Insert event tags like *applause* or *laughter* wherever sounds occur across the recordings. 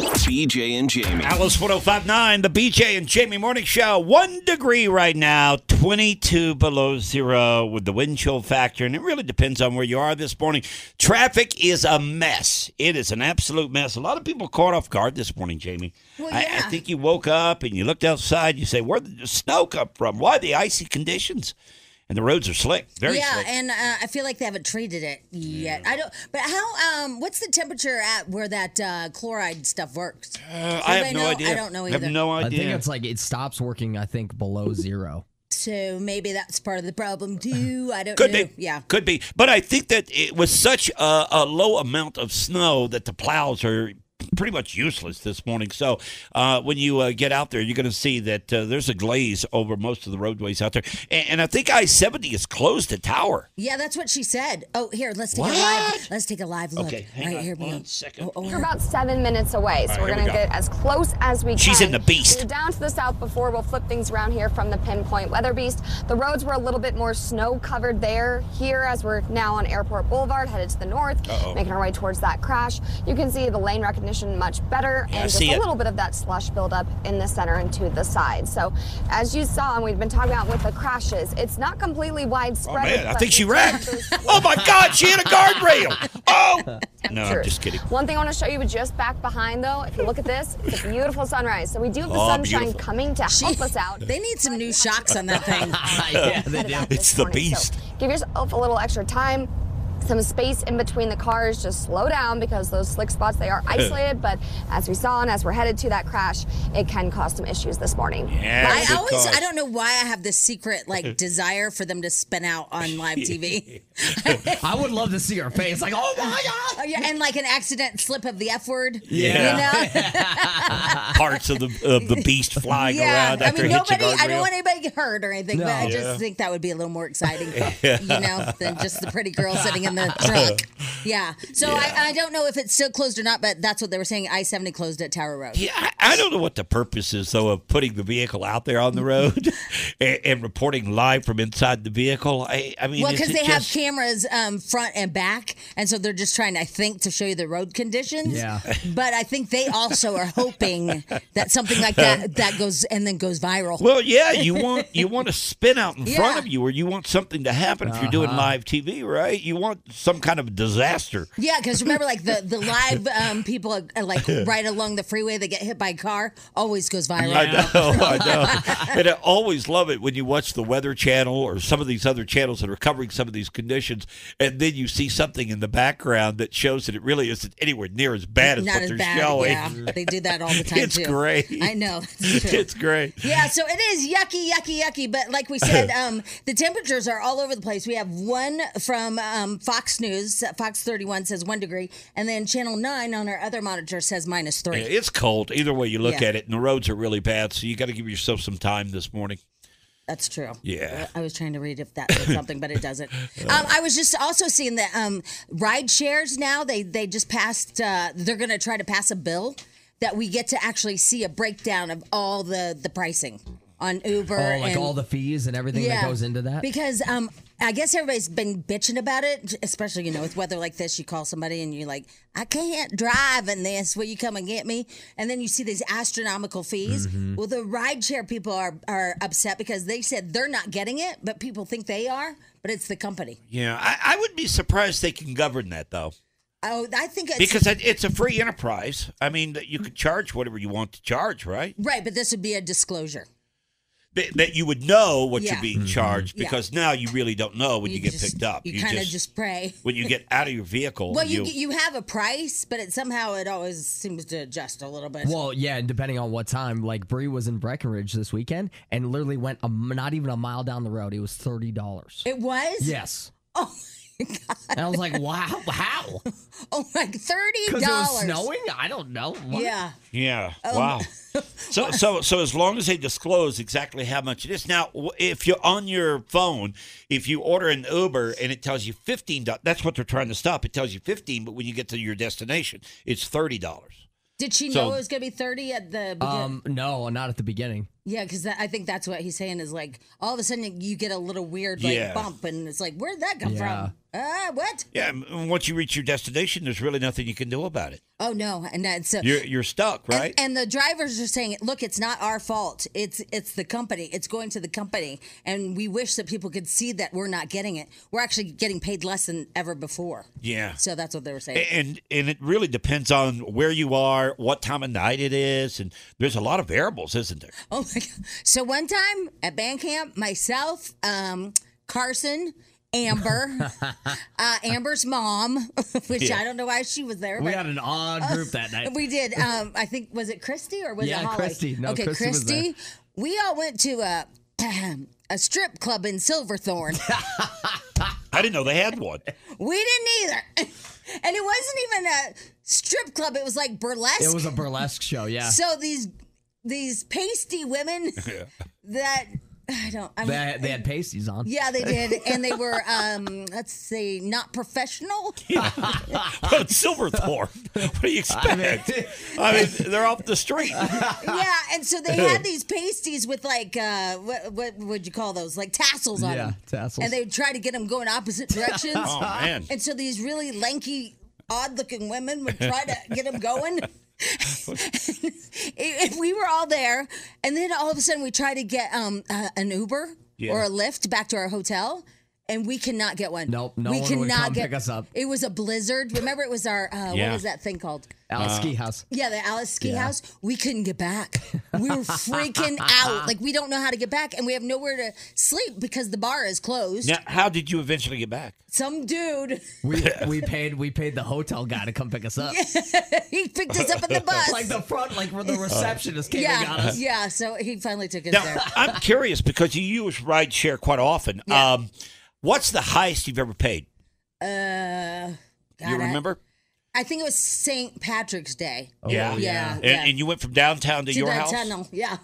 BJ and Jamie. Alice 1059, the BJ and Jamie Morning Show. One degree right now, 22 below zero with the wind chill factor. And it really depends on where you are this morning. Traffic is a mess. It is an absolute mess. A lot of people caught off guard this morning, Jamie. Well, I, I yeah. think you woke up and you looked outside. You say, Where did the snow come from? Why the icy conditions? And the roads are slick, very yeah, slick. and uh, I feel like they haven't treated it yet. I don't. But how? Um, what's the temperature at where that uh, chloride stuff works? Uh, I have they no know? idea. I don't know have either. no I idea. think it's like it stops working. I *laughs* think below zero. So maybe that's part of the *sighs* problem too. I don't Could know. be. Yeah. Could be. But I think that it was such a, a low amount of snow that the plows are pretty much useless this morning. So uh, when you uh, get out there, you're going to see that uh, there's a glaze over most of the roadways out there. And, and I think I 70 is close to Tower. Yeah, that's what she said. Oh, here, let's take a What? live. Let's take a live look. Okay, hang right on here, one Bill. second. Oh, oh, We're about seven minutes away, so All right, we're here gonna we go. get as close as we She's can. in the beast. We're down to the south before we'll flip things around here from the pinpoint weather beast. The roads were a little bit more snow covered there. Here, as we're now on Airport Boulevard, headed to the north, making our way towards that crash. You can see the lane recognition much better, I and just see a it. little bit of that slush buildup in the center and to the side. So, as you saw, and we've been talking about with the crashes, it's not completely widespread. Oh, man, I but think she we do wrecked. have those *laughs* Oh, my God, she hit a *laughs* guardrail. Oh! No, I'm Sure. just kidding. One thing I want to show you just back behind, though, if you look at this, it's a beautiful sunrise. So we do have the Oh, sunshine beautiful. coming to help us out. They need some new shocks on *laughs* that thing. yeah, they do. About It's this the morning. beast. So give yourself a little extra time. Some space in between the cars, just slow down because those slick *laughs* spots they are isolated. but as we saw and as we're headed to that crash, it can cause some issues this morning. Yeah, I good always, call. I don't know why I have this secret *laughs* like desire for them to spin out on live TV. I would love to see her face. Like, oh my god. oh, yeah, and like an accident slip of the F word. Yeah. You know? Parts of the of the beast flying *laughs* yeah. around I after mean, it hits a nobody, I guardrail. don't want anybody to get hurt or anything, but No. I Yeah. just think that would be a little *laughs* more exciting, you know, than just the pretty girl sitting in the truck. Yeah. So I, I don't know if it's still closed or not, but that's what they were saying. I 70 closed at Tower Road. Yeah, I, I don't know what the purpose is though of putting the vehicle out there on the road *laughs* and, and reporting live from inside the vehicle. I, I mean, Well, is because it they have just- cameras um, front and back, and so they're just trying, I think, to show you the road conditions. Yeah. But I think they also are hoping that something like that that goes and then goes viral. Well, *laughs* yeah, you want you want a spin out in front Yeah. of you, or you want something to happen if you're doing live TV, right? You want some kind of disaster. yeah, because remember, like the *laughs* the live um, people uh, like right along the freeway that get hit by a car always goes viral. I know, I know. and I always love it when you watch the Weather Channel or some of these other channels that are covering some of these conditions, and then you see something in the background that shows that it really isn't anywhere near as bad as Not what as they're bad. showing. Yeah, they do that all the time. It's too. great. I know. It's true. *laughs* It's great. Yeah, so it is yucky, yucky, yucky. But like *laughs* we said, um, the temperatures are all over the place. We have one from um, Fox News, Fox 31 says one degree, and then Channel 9 on our other monitor says minus three. Yeah, It's cold either way you look Yeah. at it, and the roads are really bad. So you got to give yourself some time this morning. That's true. Yeah. I was trying to read if that said something, but it *laughs* doesn't. Um, I was just also seeing that um, ride shares now they they just passed. Uh, they're going to try to pass a bill that we get to actually see a breakdown of all the the pricing on Uber. Oh, like and, *laughs* all the fees and everything that goes into that. Because um, I guess everybody's been bitching about it, especially you know with weather like this. You call somebody and you're like, I can't drive in this. Will you come and get me? And then you see these astronomical fees. Mm-hmm. Well, the rideshare people are are upset because they said they're not getting it, but people think they are. But it's the company. Yeah, I, I would be surprised they can govern that though, Oh, I think it's because it, it's a free enterprise. I mean, that you could charge whatever you want to charge, right? right. But this would be a disclosure. That, that you would know what Yeah. you're being charged because now you really don't know when you, get just- picked up. You, kind of just pray. when you get out of your vehicle. Well, you you- you have a price, but it somehow it always seems to adjust a little bit. Well, yeah, and depending on what time, like Bree was in Breckenridge this weekend and literally went a, m- not even a mile down the road. It was thirty dollars. it was Yes, *laughs* Oh my god. and I was like, wow, *laughs* how? Oh, like thirty Because dollars. it was snowing. I don't know. What? Yeah. Yeah. Um, *laughs* Wow. So so so as long as they disclose exactly how much it is. Now, w- if you're on your phone, if you order an Uber and it tells you fifteen dollars, that's what they're trying to stop. It tells you fifteen, but when you get to your destination, it's thirty dollars. Did she So- know it was gonna be thirty at the beginning? Um, no, not at the beginning. Yeah, because I think that's what he's saying is like all of a sudden you get a little weird like Yeah. bump, and it's like where'd that come Yeah. from? Ah, what? Yeah, and once you reach your destination, there's really nothing you can do about it. Oh no, and that's so. You're you're stuck, right? And, and the drivers are saying, "Look, it's not our fault. It's it's the company. It's going to the company, and we wish that people could see that we're not getting it. We're actually getting paid less than ever before. yeah. So that's what they were saying. and and it really depends on where you are, what time of night it is, and there's a lot of variables, isn't there? Oh my god! So one time at band camp, myself, um, Carson, *laughs* Amber, uh, Amber's mom, *laughs* which Yeah. I don't know why she was there. We but- had an odd group *laughs* that night. We did. Um, I think was it Christy or was Yeah, it Holly? Christy. No, okay, Christy was there. Christy. We all went to a *clears throat* a strip club in *laughs* Silverthorne. I didn't know they had one. we didn't either, *laughs* and it wasn't even a strip club. It was like burlesque. It was a burlesque show, *laughs* yeah. so these these pasty *laughs* women that I don't. I'm, they, had, they had pasties on. Yeah, they *laughs* did, and they were um, let's say not professional. *laughs* But it's Silverthorne. What do you expect? I mean, they're off the *laughs* street. yeah, and so *laughs* they had these pasties with like uh, what what would you call those? Like tassels on Yeah, them. tassels. And they would try to get them going *laughs* opposite directions. Oh man. And so these really lanky, odd-looking women would try to get them *laughs* going. if we were all there, and then all of a sudden we try to get um, uh, an Uber Yeah. or a Lyft back to our hotel. And we cannot get one. Nope, no we one would come pick us up. It was a blizzard. Remember, it was our uh, Yeah. what was that thing called? Alex Ski House. Yeah, the Alice Ski House. We couldn't get back. We were freaking *laughs* out. Like we don't know how to get back, and we have nowhere to sleep because the bar is closed. Now, how did you eventually get back? Some dude *laughs* We we paid we paid the hotel guy to come pick us up. he picked us up *laughs* in the bus. Like the front, like where Uh, the receptionist came and got yeah, us. yeah. So he finally took us there. Now, I'm curious because you use rideshare quite often. Um, what's the highest you've ever paid? Uh, God, you remember? I, I think it was St. Patrick's Day. yeah. yeah. And, and you went from downtown to, to Oh, your the house? tunnel. Yeah.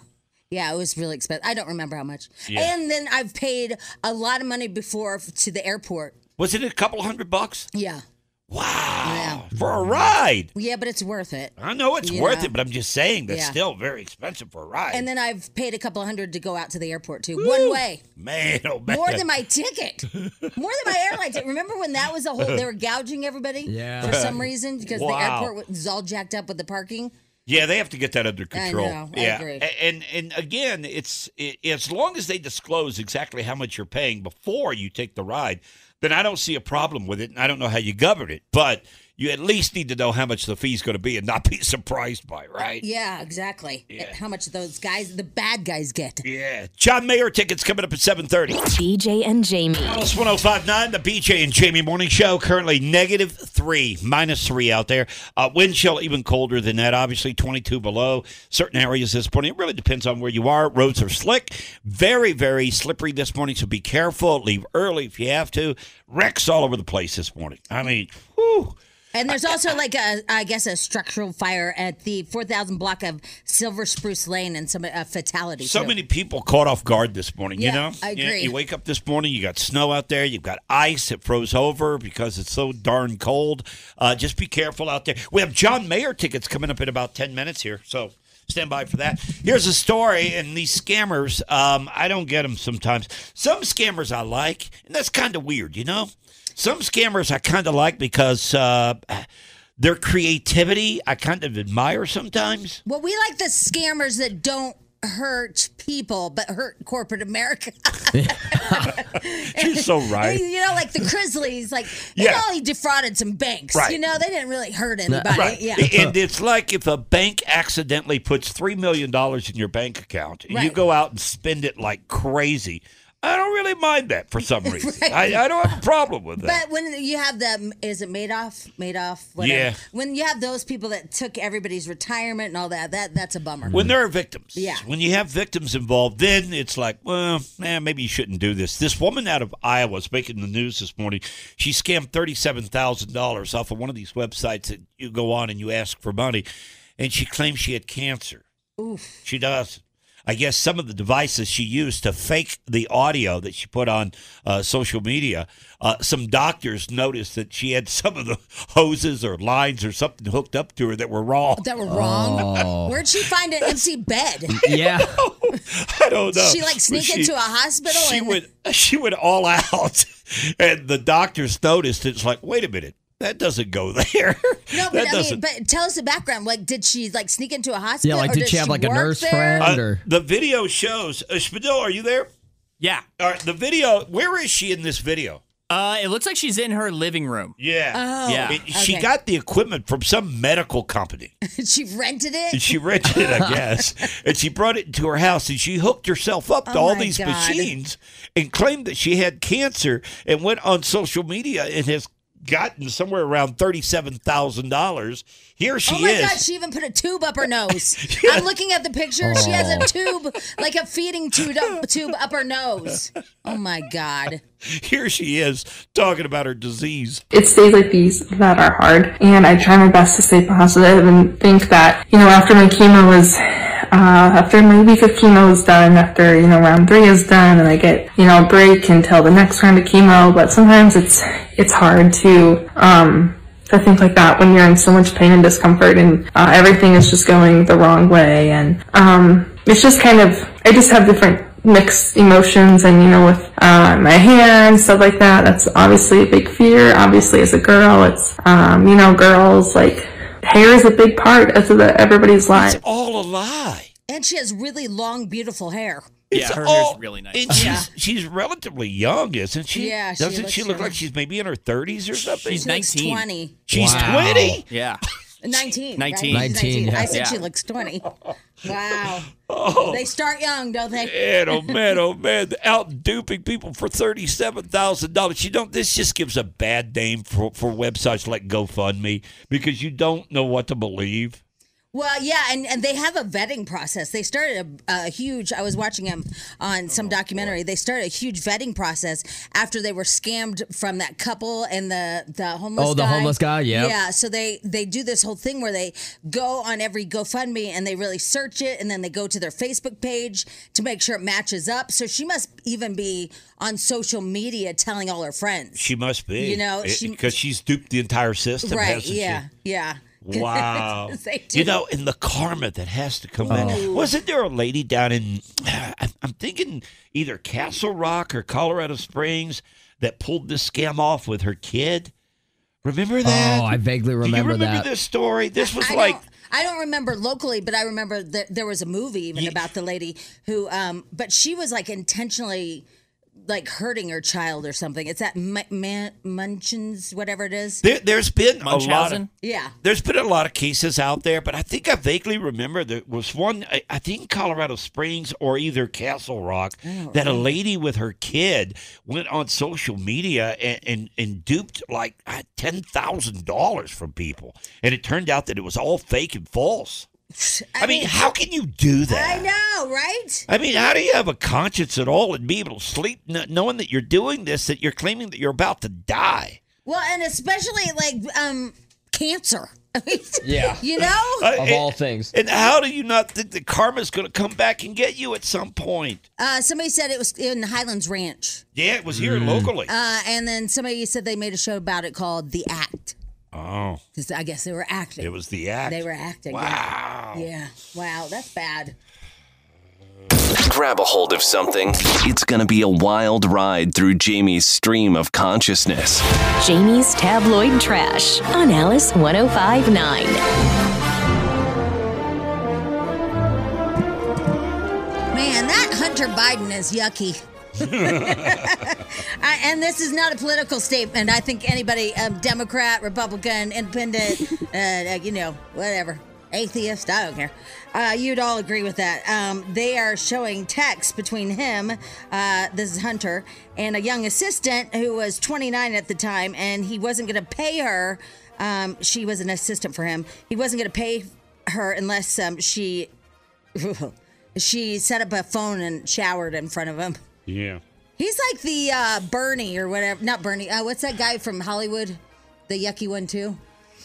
Yeah, it was really expensive. I don't remember how much. Yeah. And then I've paid a lot of money before f- to the airport. Was it a couple hundred bucks? Yeah. Wow. For a ride. Yeah, but it's worth it. I know it's You worth know. it, but I'm just saying that's Yeah. still very expensive for a ride. And then I've paid a couple hundred to go out to the airport too, one way. man, oh man. More than my *laughs* ticket. More than my airline ticket. Remember when that was a whole, they were gouging everybody Yeah. for some reason because the Wow. airport was all jacked up with the parking? Yeah, they have to get that under control. know, I yeah, agree. A- and and again, it's i as long as they disclose exactly how much you're paying before you take the ride, then I don't see a problem with it, and I don't know how you govern it, but you at least need to know how much the fee's going to be and not be *laughs* surprised by, it, right? Yeah, exactly. How much those guys, the bad guys get. Yeah. John Mayer tickets coming up at seven thirty. BJ and Jamie. Pulse 1059, the BJ and Jamie Morning Show. Currently negative three, minus three out there. Uh, wind chill even colder than that, obviously 22 below. Certain areas this morning. It really depends on where you are. Roads are slick, very, very slippery this morning, so be careful. Leave early if you have to. Wrecks all over the place this morning. I mean, whew. And there's also like a, I guess, a structural fire at the 4,000 block of Silver Spruce Lane and some a fatality. So too. many people caught off guard this morning, you Yeah, know? I You- agree. You, wake up this morning, you got snow out there, you've got ice, it froze over because it's so darn cold. Uh, just be careful out there. We have John Mayer tickets coming up in about 10 minutes here, so stand by for that. Here's a story, and these scammers, um, I don't get them sometimes. Some scammers I like, and that's kind of weird, you know? Some scammers I kind of like because uh, their creativity I kind of admire sometimes. *laughs* Well, we like the scammers that don't hurt people but hurt corporate America. *laughs* You're so right. you know, like the Grizzlies, like they Yeah. only defrauded some banks. Right. You know, they didn't really hurt anybody. Right. Yeah. And it's like if a bank accidentally puts $3 million in your bank account and you Right. go out and spend it like crazy. I don't really mind that for *laughs* some reason. I, I don't have a problem with that. But when you have the is it Madoff, Madoff, whatever. Yeah. When you have those people that took everybody's retirement and all that, that that's a bummer. when there are victims, Yeah. when you have victims involved, then it's like, well, man, maybe you shouldn't do this. This woman out of Iowa is making the news this morning. She scammed thirty-seven thousand dollars off of one of these websites that you go on and you ask for money, and she claims she had cancer. Oof. She does. I guess some of the devices she used to fake the audio that she put on uh, social media. Uh, some doctors noticed that she had *laughs* some of the hoses or lines or something hooked up to her that were wrong. that were wrong. Where'd she find an empty bed? Yeah. I don't know. She, like, sneak She- into a hospital She and- went. *laughs* She went all out, and the doctors noticed. It's like, wait a minute, that doesn't go there. No, but *laughs* that I mean, but tell us the background. Like, did she like sneak into a hospital? Yeah, like, or did she have, like, a work nurse there? friend? Uh, Under. the video shows. Uh, Spadil, are you there? Yeah. All right, the video. Where is she in this video? Uh, it looks like she's in her living room. Yeah. Oh, Yeah. It- She okay. got the equipment from some medical company. *laughs* she *laughs* rented And it. she rented it, I guess. and she brought it into her house and she hooked herself up to Oh all my these God. machines and claimed that she had cancer and went on social media and has gotten somewhere around $37,000. Here she oh my is. God, she even put a tube up her nose. I'm looking at the picture. She has a Oh. tube, like a feeding tube *laughs* up, tube up her nose. Oh my God. *laughs* Here she is talking about her disease. It's days like these that are hard, and I try my best to stay positive and think that, you know, after my chemo was, uh, after my week of chemo is done, after, you know, round three is done, and I get, you know, a break until the next round of chemo, but sometimes it's, it's hard to, um, to think like that when you're in so much pain and discomfort and uh, everything is just going the wrong way and um, it's just kind of i just have different mixed emotions and you know with uh, my hands stuff like that that's obviously a big fear obviously as a girl it's um, you know girls like hair is a big part of the, everybody's lives It's all a lie. And she has really long, beautiful hair. Yeah, It's her all- hair's really nice. And she's, she's relatively young, isn't she? Yeah, she Doesn't looks she look young. like she's maybe in her 30s or something? She's She looks 19. 20. She's Wow. 20. yeah. 19. 19. Right? She's 19, yeah. I said Yeah. she *laughs* looks 20. Wow. Oh. They start young, don't they? Man, oh man, oh man! Out duping people for thirty-seven thousand dollars. You don't. This just gives a bad name for for websites like GoFundMe because you don't know what to believe. Well, yeah, and, and they have a vetting process. They started a, a huge. I was watching them on Oh, some documentary. They started a huge vetting process after they were scammed from that couple and the the homeless. Oh, the guy. homeless guy, yep. Yeah. So they they do this whole thing where they go on every GoFundMe and they really search it, and then they go to their Facebook page to make sure it matches up. So she must even be on social media telling all her friends. She must be, You know, she- because she's duped the entire system, Right? hasn't she? Yeah. Yeah. Wow. *laughs* They do. Oh. you know, and the karma that has to come back. Wasn't there a lady down in, *sighs* I'm I'm thinking either Castle Rock or Colorado Springs that pulled this scam off with her kid? Remember that? Oh, I vaguely Do you remember remember that. this story? This was I like, don't, I don't remember locally, but I remember that there was a movie even about the lady who, um, but she was like intentionally like hurting her child or something. It's that M- Man- Munchins, whatever it is. there, there's been a lot of. Munchausen? Yeah. There's been a lot of cases out there, but I think I vaguely remember there was one, I, I think Colorado Springs or either Castle Rock, that a lady with her kid went on social media and, and, and duped like uh, $10,000 from people. And it turned out that it was all fake and false. I, mean, how can you do that? I know, right? I mean, how do you have a conscience at all and be able to sleep kn- knowing that you're doing this, that you're claiming that you're about to die? Well, and especially like um, cancer. *laughs* Yeah. You know? Uh, Of it- all things. And how do you not think that karma's going to come back and get you at some point? Uh, somebody said it was in Highlands Ranch. Yeah, it was here locally. Uh, and then somebody said they made a show about it called The Act. oh, Because I guess they were acting. it was the act. They were acting. Wow. Yeah. yeah. Wow. That's bad. Grab a hold of something. It's going to be a wild ride through Jamie's stream of consciousness. Jamie's Tabloid Trash on Alice 1059. Man, that Hunter Biden is yucky. I, and this is not a political statement. I think anybody, um, Democrat, Republican, Independent, uh, uh, you know, whatever, atheist, I don't care. Uh, you'd all agree with that. Um, they are showing text between him, uh, this is Hunter, and a young assistant who was 29 at the time, and he wasn't going to pay her. Um, she was an assistant for him. He wasn't going to pay her unless um, she *laughs* she set up a phone and showered in front of him. Yeah. He's like the uh, Bernie or whatever. Not Bernie. Uh, what's that guy from Hollywood? The yucky one too.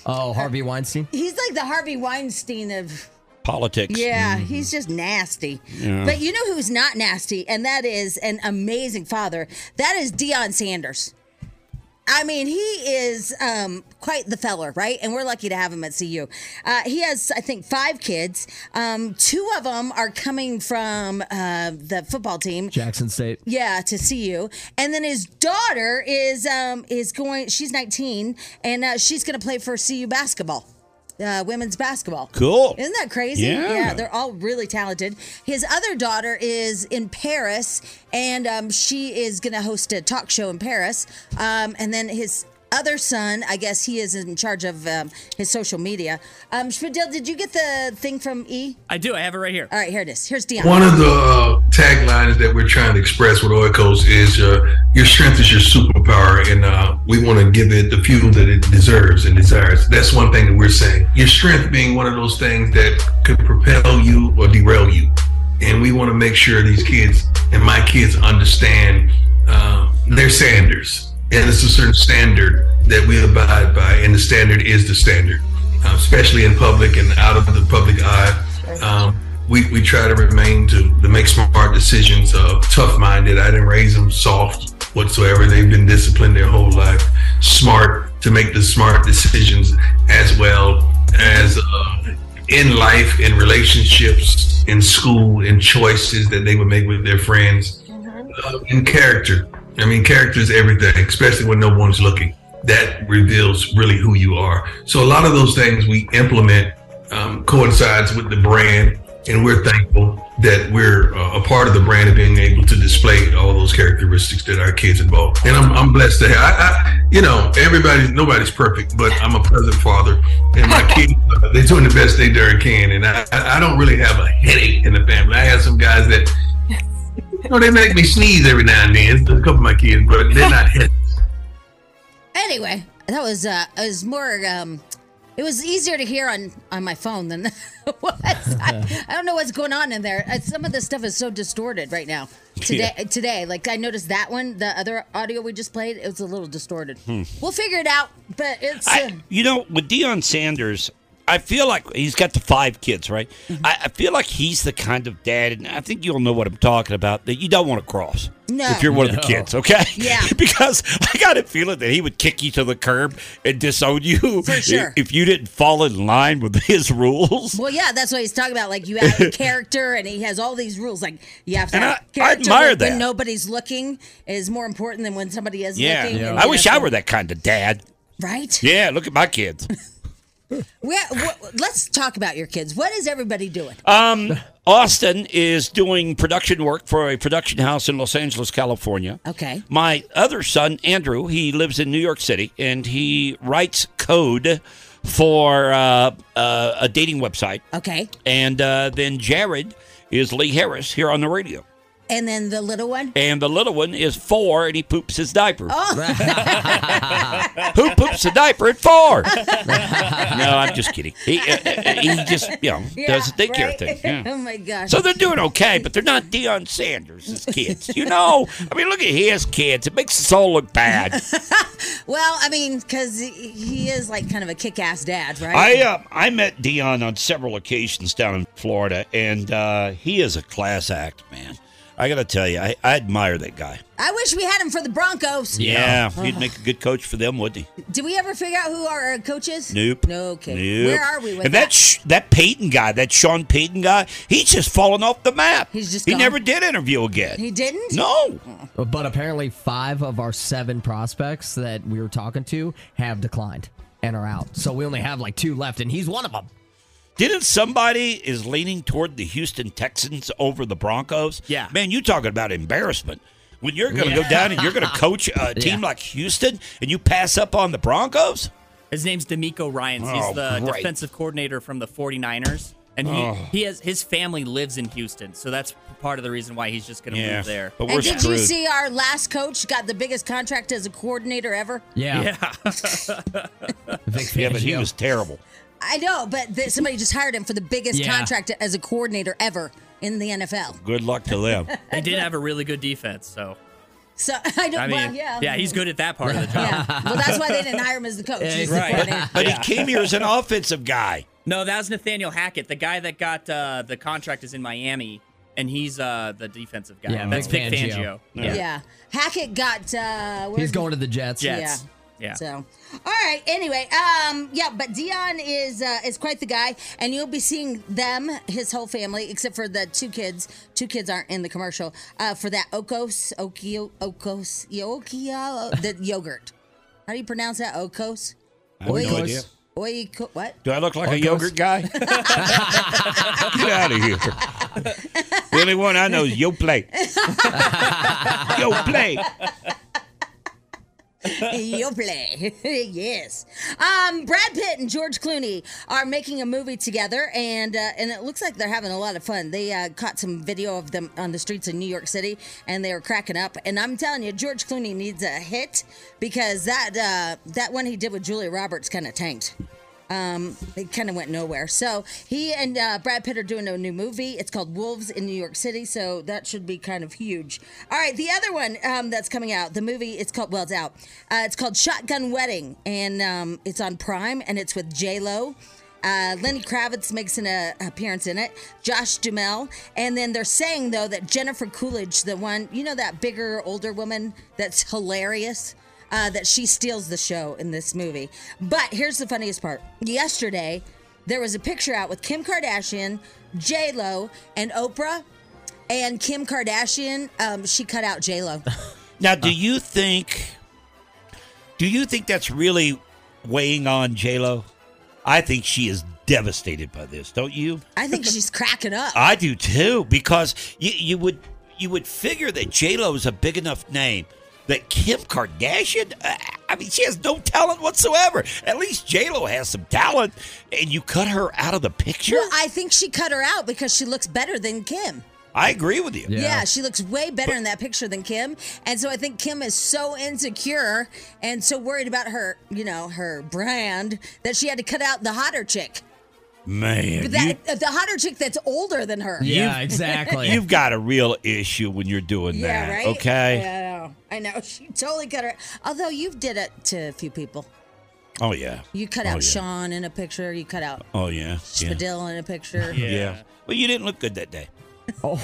Oh, Harvey Weinstein. He's like the Harvey Weinstein of politics. Yeah, he's just nasty. But you know who's not nasty, and that is an amazing father. That is Deion Sanders. I mean, he is um, quite the feller, right? And we're lucky to have him at CU. Uh, he has, I think, five kids. Um, two of them are coming from uh, the football team. Jackson State. Yeah, to see you. And then his daughter is um is going. She's 19, and uh, she's going to play for CU basketball, uh, women's basketball. Cool. Isn't that crazy? Yeah. they're all really talented. His other daughter is in Paris, and um, she is going to host a talk show in Paris. Um, and then his other son, I guess he is in charge of um, his social media. Um, Spadil, did you get the thing from E? I do. I have it right here. All right, here it is. Here's Dion. One of the uh, taglines that we're trying to express with Oil Coast is uh, your strength is your superpower, and uh, we want to give it the fuel that it deserves and desires. That's one thing that we're saying. Your strength being one of those things that could propel you or derail you. And we want to make sure these kids and my kids understand uh, their standards. And it's a certain standard that we abide by, and the standard is the standard, uh, especially in public and out of the public eye. Um, we, we try to remain to, to make smart decisions uh, tough minded i didn't raise them soft whatsoever they've been disciplined their whole life smart to make the smart decisions as well as uh, in life in relationships in school in choices that they would make with their friends uh, in character i mean character is everything especially when no one's looking that reveals really who you are so a lot of those things we implement um, coincides with the brand and we're thankful that we're uh, a part of the brand and being able to display all those characteristics that our kids involve. And I'm, I'm blessed to have, I, I, you know, everybody's, nobody's perfect, but I'm a present father and my kids, uh, they're doing the best they darn can. And I, I I don't really have a headache in the family. I have some guys that, you know, they make me sneeze every now and then, a couple of my kids, but they're not headaches. Anyway, that was uh, it was more um, it was easier to hear on on my phone than *laughs* it was. *laughs* I, I don't know what's going on in there. Uh, Some of this stuff is so distorted right now. Today, today, like I noticed that one, the other audio we just played, it was a little distorted. We'll figure it out, but it's. uh, Hmm. I, you know, with Deion Sanders, I feel like he's got the five kids, right? Mm-hmm. I, I feel like he's the kind of dad, and I think you'll know what I'm talking about, that you don't want to cross. No. If you're one of the kids, okay? Yeah. *laughs* because I got a feeling that he would kick you to the curb and disown you For sure. if you didn't fall in line with *laughs* his rules. well, yeah, that's what he's talking about. Like *laughs* you have character, and he has all these rules. Like you have to And I- have I character admire like, that. when nobody's looking is more important than when somebody is yeah. looking. and I you wish know, I were that kind of dad. Right? Yeah, look at my kids. We, wh- let's talk about your kids. What is everybody doing? Uh, Austin is doing production work for a production house in Los Angeles, California. okay. My other son, Andrew, he lives in New York City and he writes code for uh, uh, a dating website. Okay. And uh, then Jared is Lee Harris here on the radio. And then the little one? And the little one is four and he poops his diaper. *laughs* Who poops a diaper at four? *laughs* no, I'm just kidding. He, uh, uh, he just, you know, does the daycare right? thing. Yeah. *laughs* oh my gosh. So they're doing okay, but they're not Deion Sanders' kids. You know, I mean, look at his kids. It makes us all look bad. well, I mean, because he is like kind of a kick-ass dad, *laughs* right? I uh, I met Dion on several occasions down in Florida, and uh, he is a class act, man. I got to tell you, I, I admire that guy. I wish we had him for the Broncos. Yeah, he'd make a good coach for them, wouldn't he? Did we ever figure out who our uh, coach is? Nope. No. Okay. Nope. Where are we with and that? that sh- that Peyton guy, that Sean Payton guy, he's just fallen off the map. He's just he gone. never did interview again. he didn't. no. Uh, But apparently, five of our seven prospects that we were talking to have declined and are out. So we only have like two left, and he's one of them. Didn't somebody is leaning toward the Houston Texans over the Broncos? Yeah. Man, you talking about embarrassment. When you're going to go down and you're going to coach *laughs* a team like Houston and you pass up on the Broncos? His name's D'Amico Ryans. Oh, He's the great. Oh. defensive coordinator from the 49ers. And he, he has his family lives in Houston, so that's part of the reason why he's just going to move there. But we're And did screwed. you see our last coach got the biggest contract as a coordinator ever? Yeah. *laughs* Vic yeah, but he Fangio. was terrible. I know, but th- somebody just hired him for the biggest Yeah. contract as a coordinator ever in the NFL. Good luck to them. *laughs* Uh, They did have a really good defense, so So *laughs* I don't. I mean, well, yeah. he's good at that part of the job. Yeah. Well, that's why they didn't hire him as the coach. He's the Right. coordinator. but he came here as an offensive guy. No, that was Nathaniel Hackett, the guy that got uh, the contract is in Miami, and he's uh, the defensive guy. Yeah, That's Vic Vic Fangio. Fangio. *laughs* Yeah. Hackett got. Uh, where's He's going to the Jets. Jets. Yeah. So, all right. Anyway, um, yeah, but Dion is uh, is quite the guy, and you'll be seeing them, his whole family, except for the two kids. Two kids aren't in the commercial uh, for that Okos Okio Okos Yokio the yogurt. How do you pronounce that? Okos. I have no Oikos? idea. Oiko, what? Do I look like a Orcos? yogurt *laughs* guy? Get out of here. the only one I know is Yo *laughs* Play. Yo Play. *laughs* You'll play. yes. Um, Brad Pitt and George Clooney are making a movie together, and uh, and it looks like they're having a lot of fun. They uh, caught some video of them on the streets in New York City, and they were cracking up. And I'm telling you, George Clooney needs a hit because that uh, that one he did with Julia Roberts kind of tanked. Um, it kind of went nowhere. So he and uh, Brad Pitt are doing a new movie. It's called Wolves in New York City. So that should be kind of huge. All right, the other one um, that's coming out, the movie, it's called well, it's out. Uh, it's called Shotgun Wedding, and um, it's on Prime, and it's with J Lo. Uh, Lenny Kravitz makes an uh, appearance in it. Josh Duhamel, and then they're saying though that Jennifer Coolidge, the one you know that bigger older woman that's hilarious, uh, that she steals the show in this movie. But here's the funniest part. Yesterday, there was a picture out with Kim Kardashian, J Lo, and Oprah. And Kim Kardashian, um, she cut out J Lo. Now, do you think? Do you think that's really weighing on J Lo? I think she is devastated by this. Don't you? I think she's cracking up. I do too, because you, you would you would figure that J Lo is a big enough name that Kim Kardashian. Uh, I mean, she has no talent whatsoever. At least J Lo has some talent, and you cut her out of the picture. Well, I think she cut her out because she looks better than Kim. I agree with you. Yeah, she looks way better in that picture than Kim. And so I think Kim is so insecure and so worried about her, you know, her brand that she had to cut out the hotter chick. Man, But that uh, the hotter chick that's older than her. Yeah, you, exactly. you've *laughs* got a real issue when you're doing Yeah, that. right. Okay. Yeah, I know. *laughs* I know. She totally cut her. Although you've did it to a few people. Oh yeah. You cut Oh, out yeah. Sean in a picture. You cut out Oh yeah. yeah. Spadil in a picture. Yeah. Yeah. Well, you didn't look good that day. oh,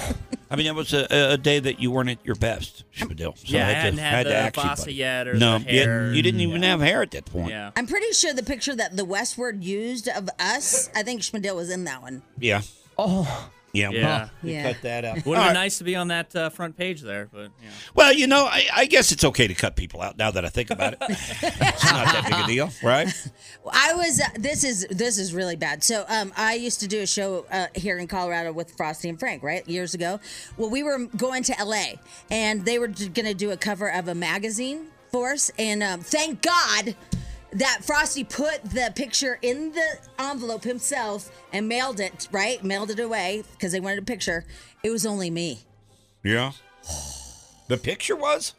I mean, that was a- a, a day that you weren't at your best, Spadil. So Yeah, I hadn't to- had to the axe you, fossa buddy. yet or no, the you didn't- hair. You, didn't even have hair at that point. Yeah. I'm pretty sure the picture that the Westward used of us, I think Schmidl was in that one. Yeah. oh, Yeah. Yeah. We *laughs* Yeah. cut that out. Would All have right. been nice to be on that uh, front page there, but you know. Well, you know, I, I guess it's okay to cut people out now that I think *laughs* about it. it's not that big a deal, right? I was. Uh, this is this is really bad. So um, I used to do a show uh, here in Colorado with Frosty and Frank, right, years ago. Well, we were going to L.A. and they were going to do a cover of a magazine for us, and um, thank God that Frosty put the picture in the envelope himself and mailed it, right, mailed it away because they wanted a picture. It was only me. Yeah. The picture was?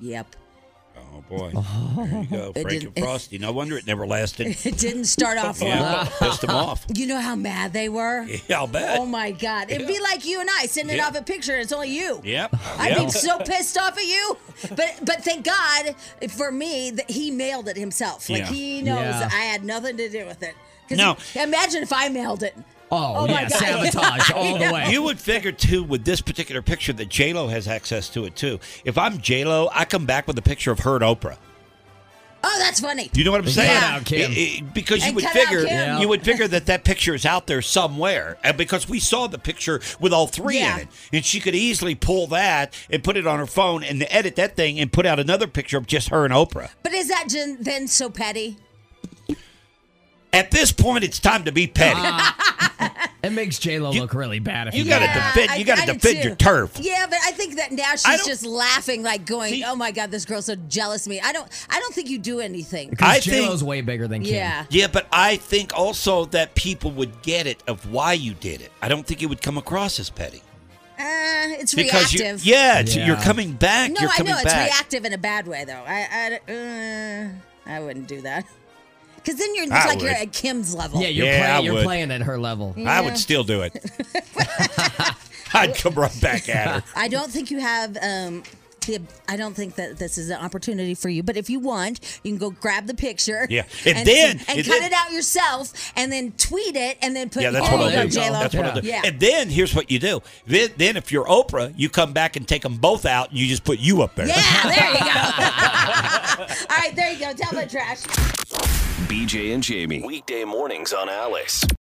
Yep. Oh, boy. There you go. Frank and didn't- Frosty. No wonder it never *laughs* lasted. It didn't *laughs* start off well. Yeah. Pissed them *laughs* off. You know how mad they were. Yeah, I'll bet. Oh my God. It'd be like you and I sending Yeah. off a picture and it's only you. Yep. I'd Yeah. be so pissed off at you. But but thank God for me that he mailed it himself. Like Yeah. he knows Yeah. I had nothing to do with it. 'Cause No. imagine if I mailed it. oh, Oh my yeah, God. sabotage all *laughs* the way. You would figure too with this particular picture that J Lo has access to it too. If I'm J Lo, I come back with a picture of her and Oprah. Oh, that's funny. You know what I'm saying? cut out Kim. It- it- because you And would cut out figure Kim. Yeah. you would figure that that picture is out there somewhere, and because we saw the picture with all three Yeah. in it, and she could easily pull that and put it on her phone and edit that thing and put out another picture of just her and Oprah. But is that jen- then so petty? At this point, it's time to be petty. Uh-huh. it makes J Lo look really bad if you you gotta do that. defend- I- you gotta I do defend too. your turf. Yeah, but I think that now I she's don't- just laughing, like going, See- "Oh my God, this girl's so jealous of me." I don't, I don't think you do anything. I Because think- J Lo's way bigger than Kim. Yeah. *laughs* Yeah, but I think also that people would get it of why you did it. I don't think it would come across as petty. Uh, it's you, reactive. yeah, it's- Yeah. you're coming back. No, you're I coming know it's back. reactive in a bad way, though. I I, uh, I wouldn't do that because then you're it's I like you're would. at Kim's level. Yeah, you're Yeah, I playing. You're would. playing at her level. I would still do *laughs* it. *laughs* I'd come right back at her. I don't think you have um, the. I don't think that this is an opportunity for you, but if you want, you can go grab the picture. Yeah. And then- and and cut then- it out yourself, and then tweet it, and then put. Yeah, that's "Oh, what there I'll do. you go. J-Lo." That's what I'll do. Yeah. And then here's what you do. Then, then if you're Oprah, you come back and take them both out, and you just put you up there. Yeah, there you go. *laughs* *laughs* All right, there you go. Tell the trash. BJ and Jamie. Weekday mornings on Alice.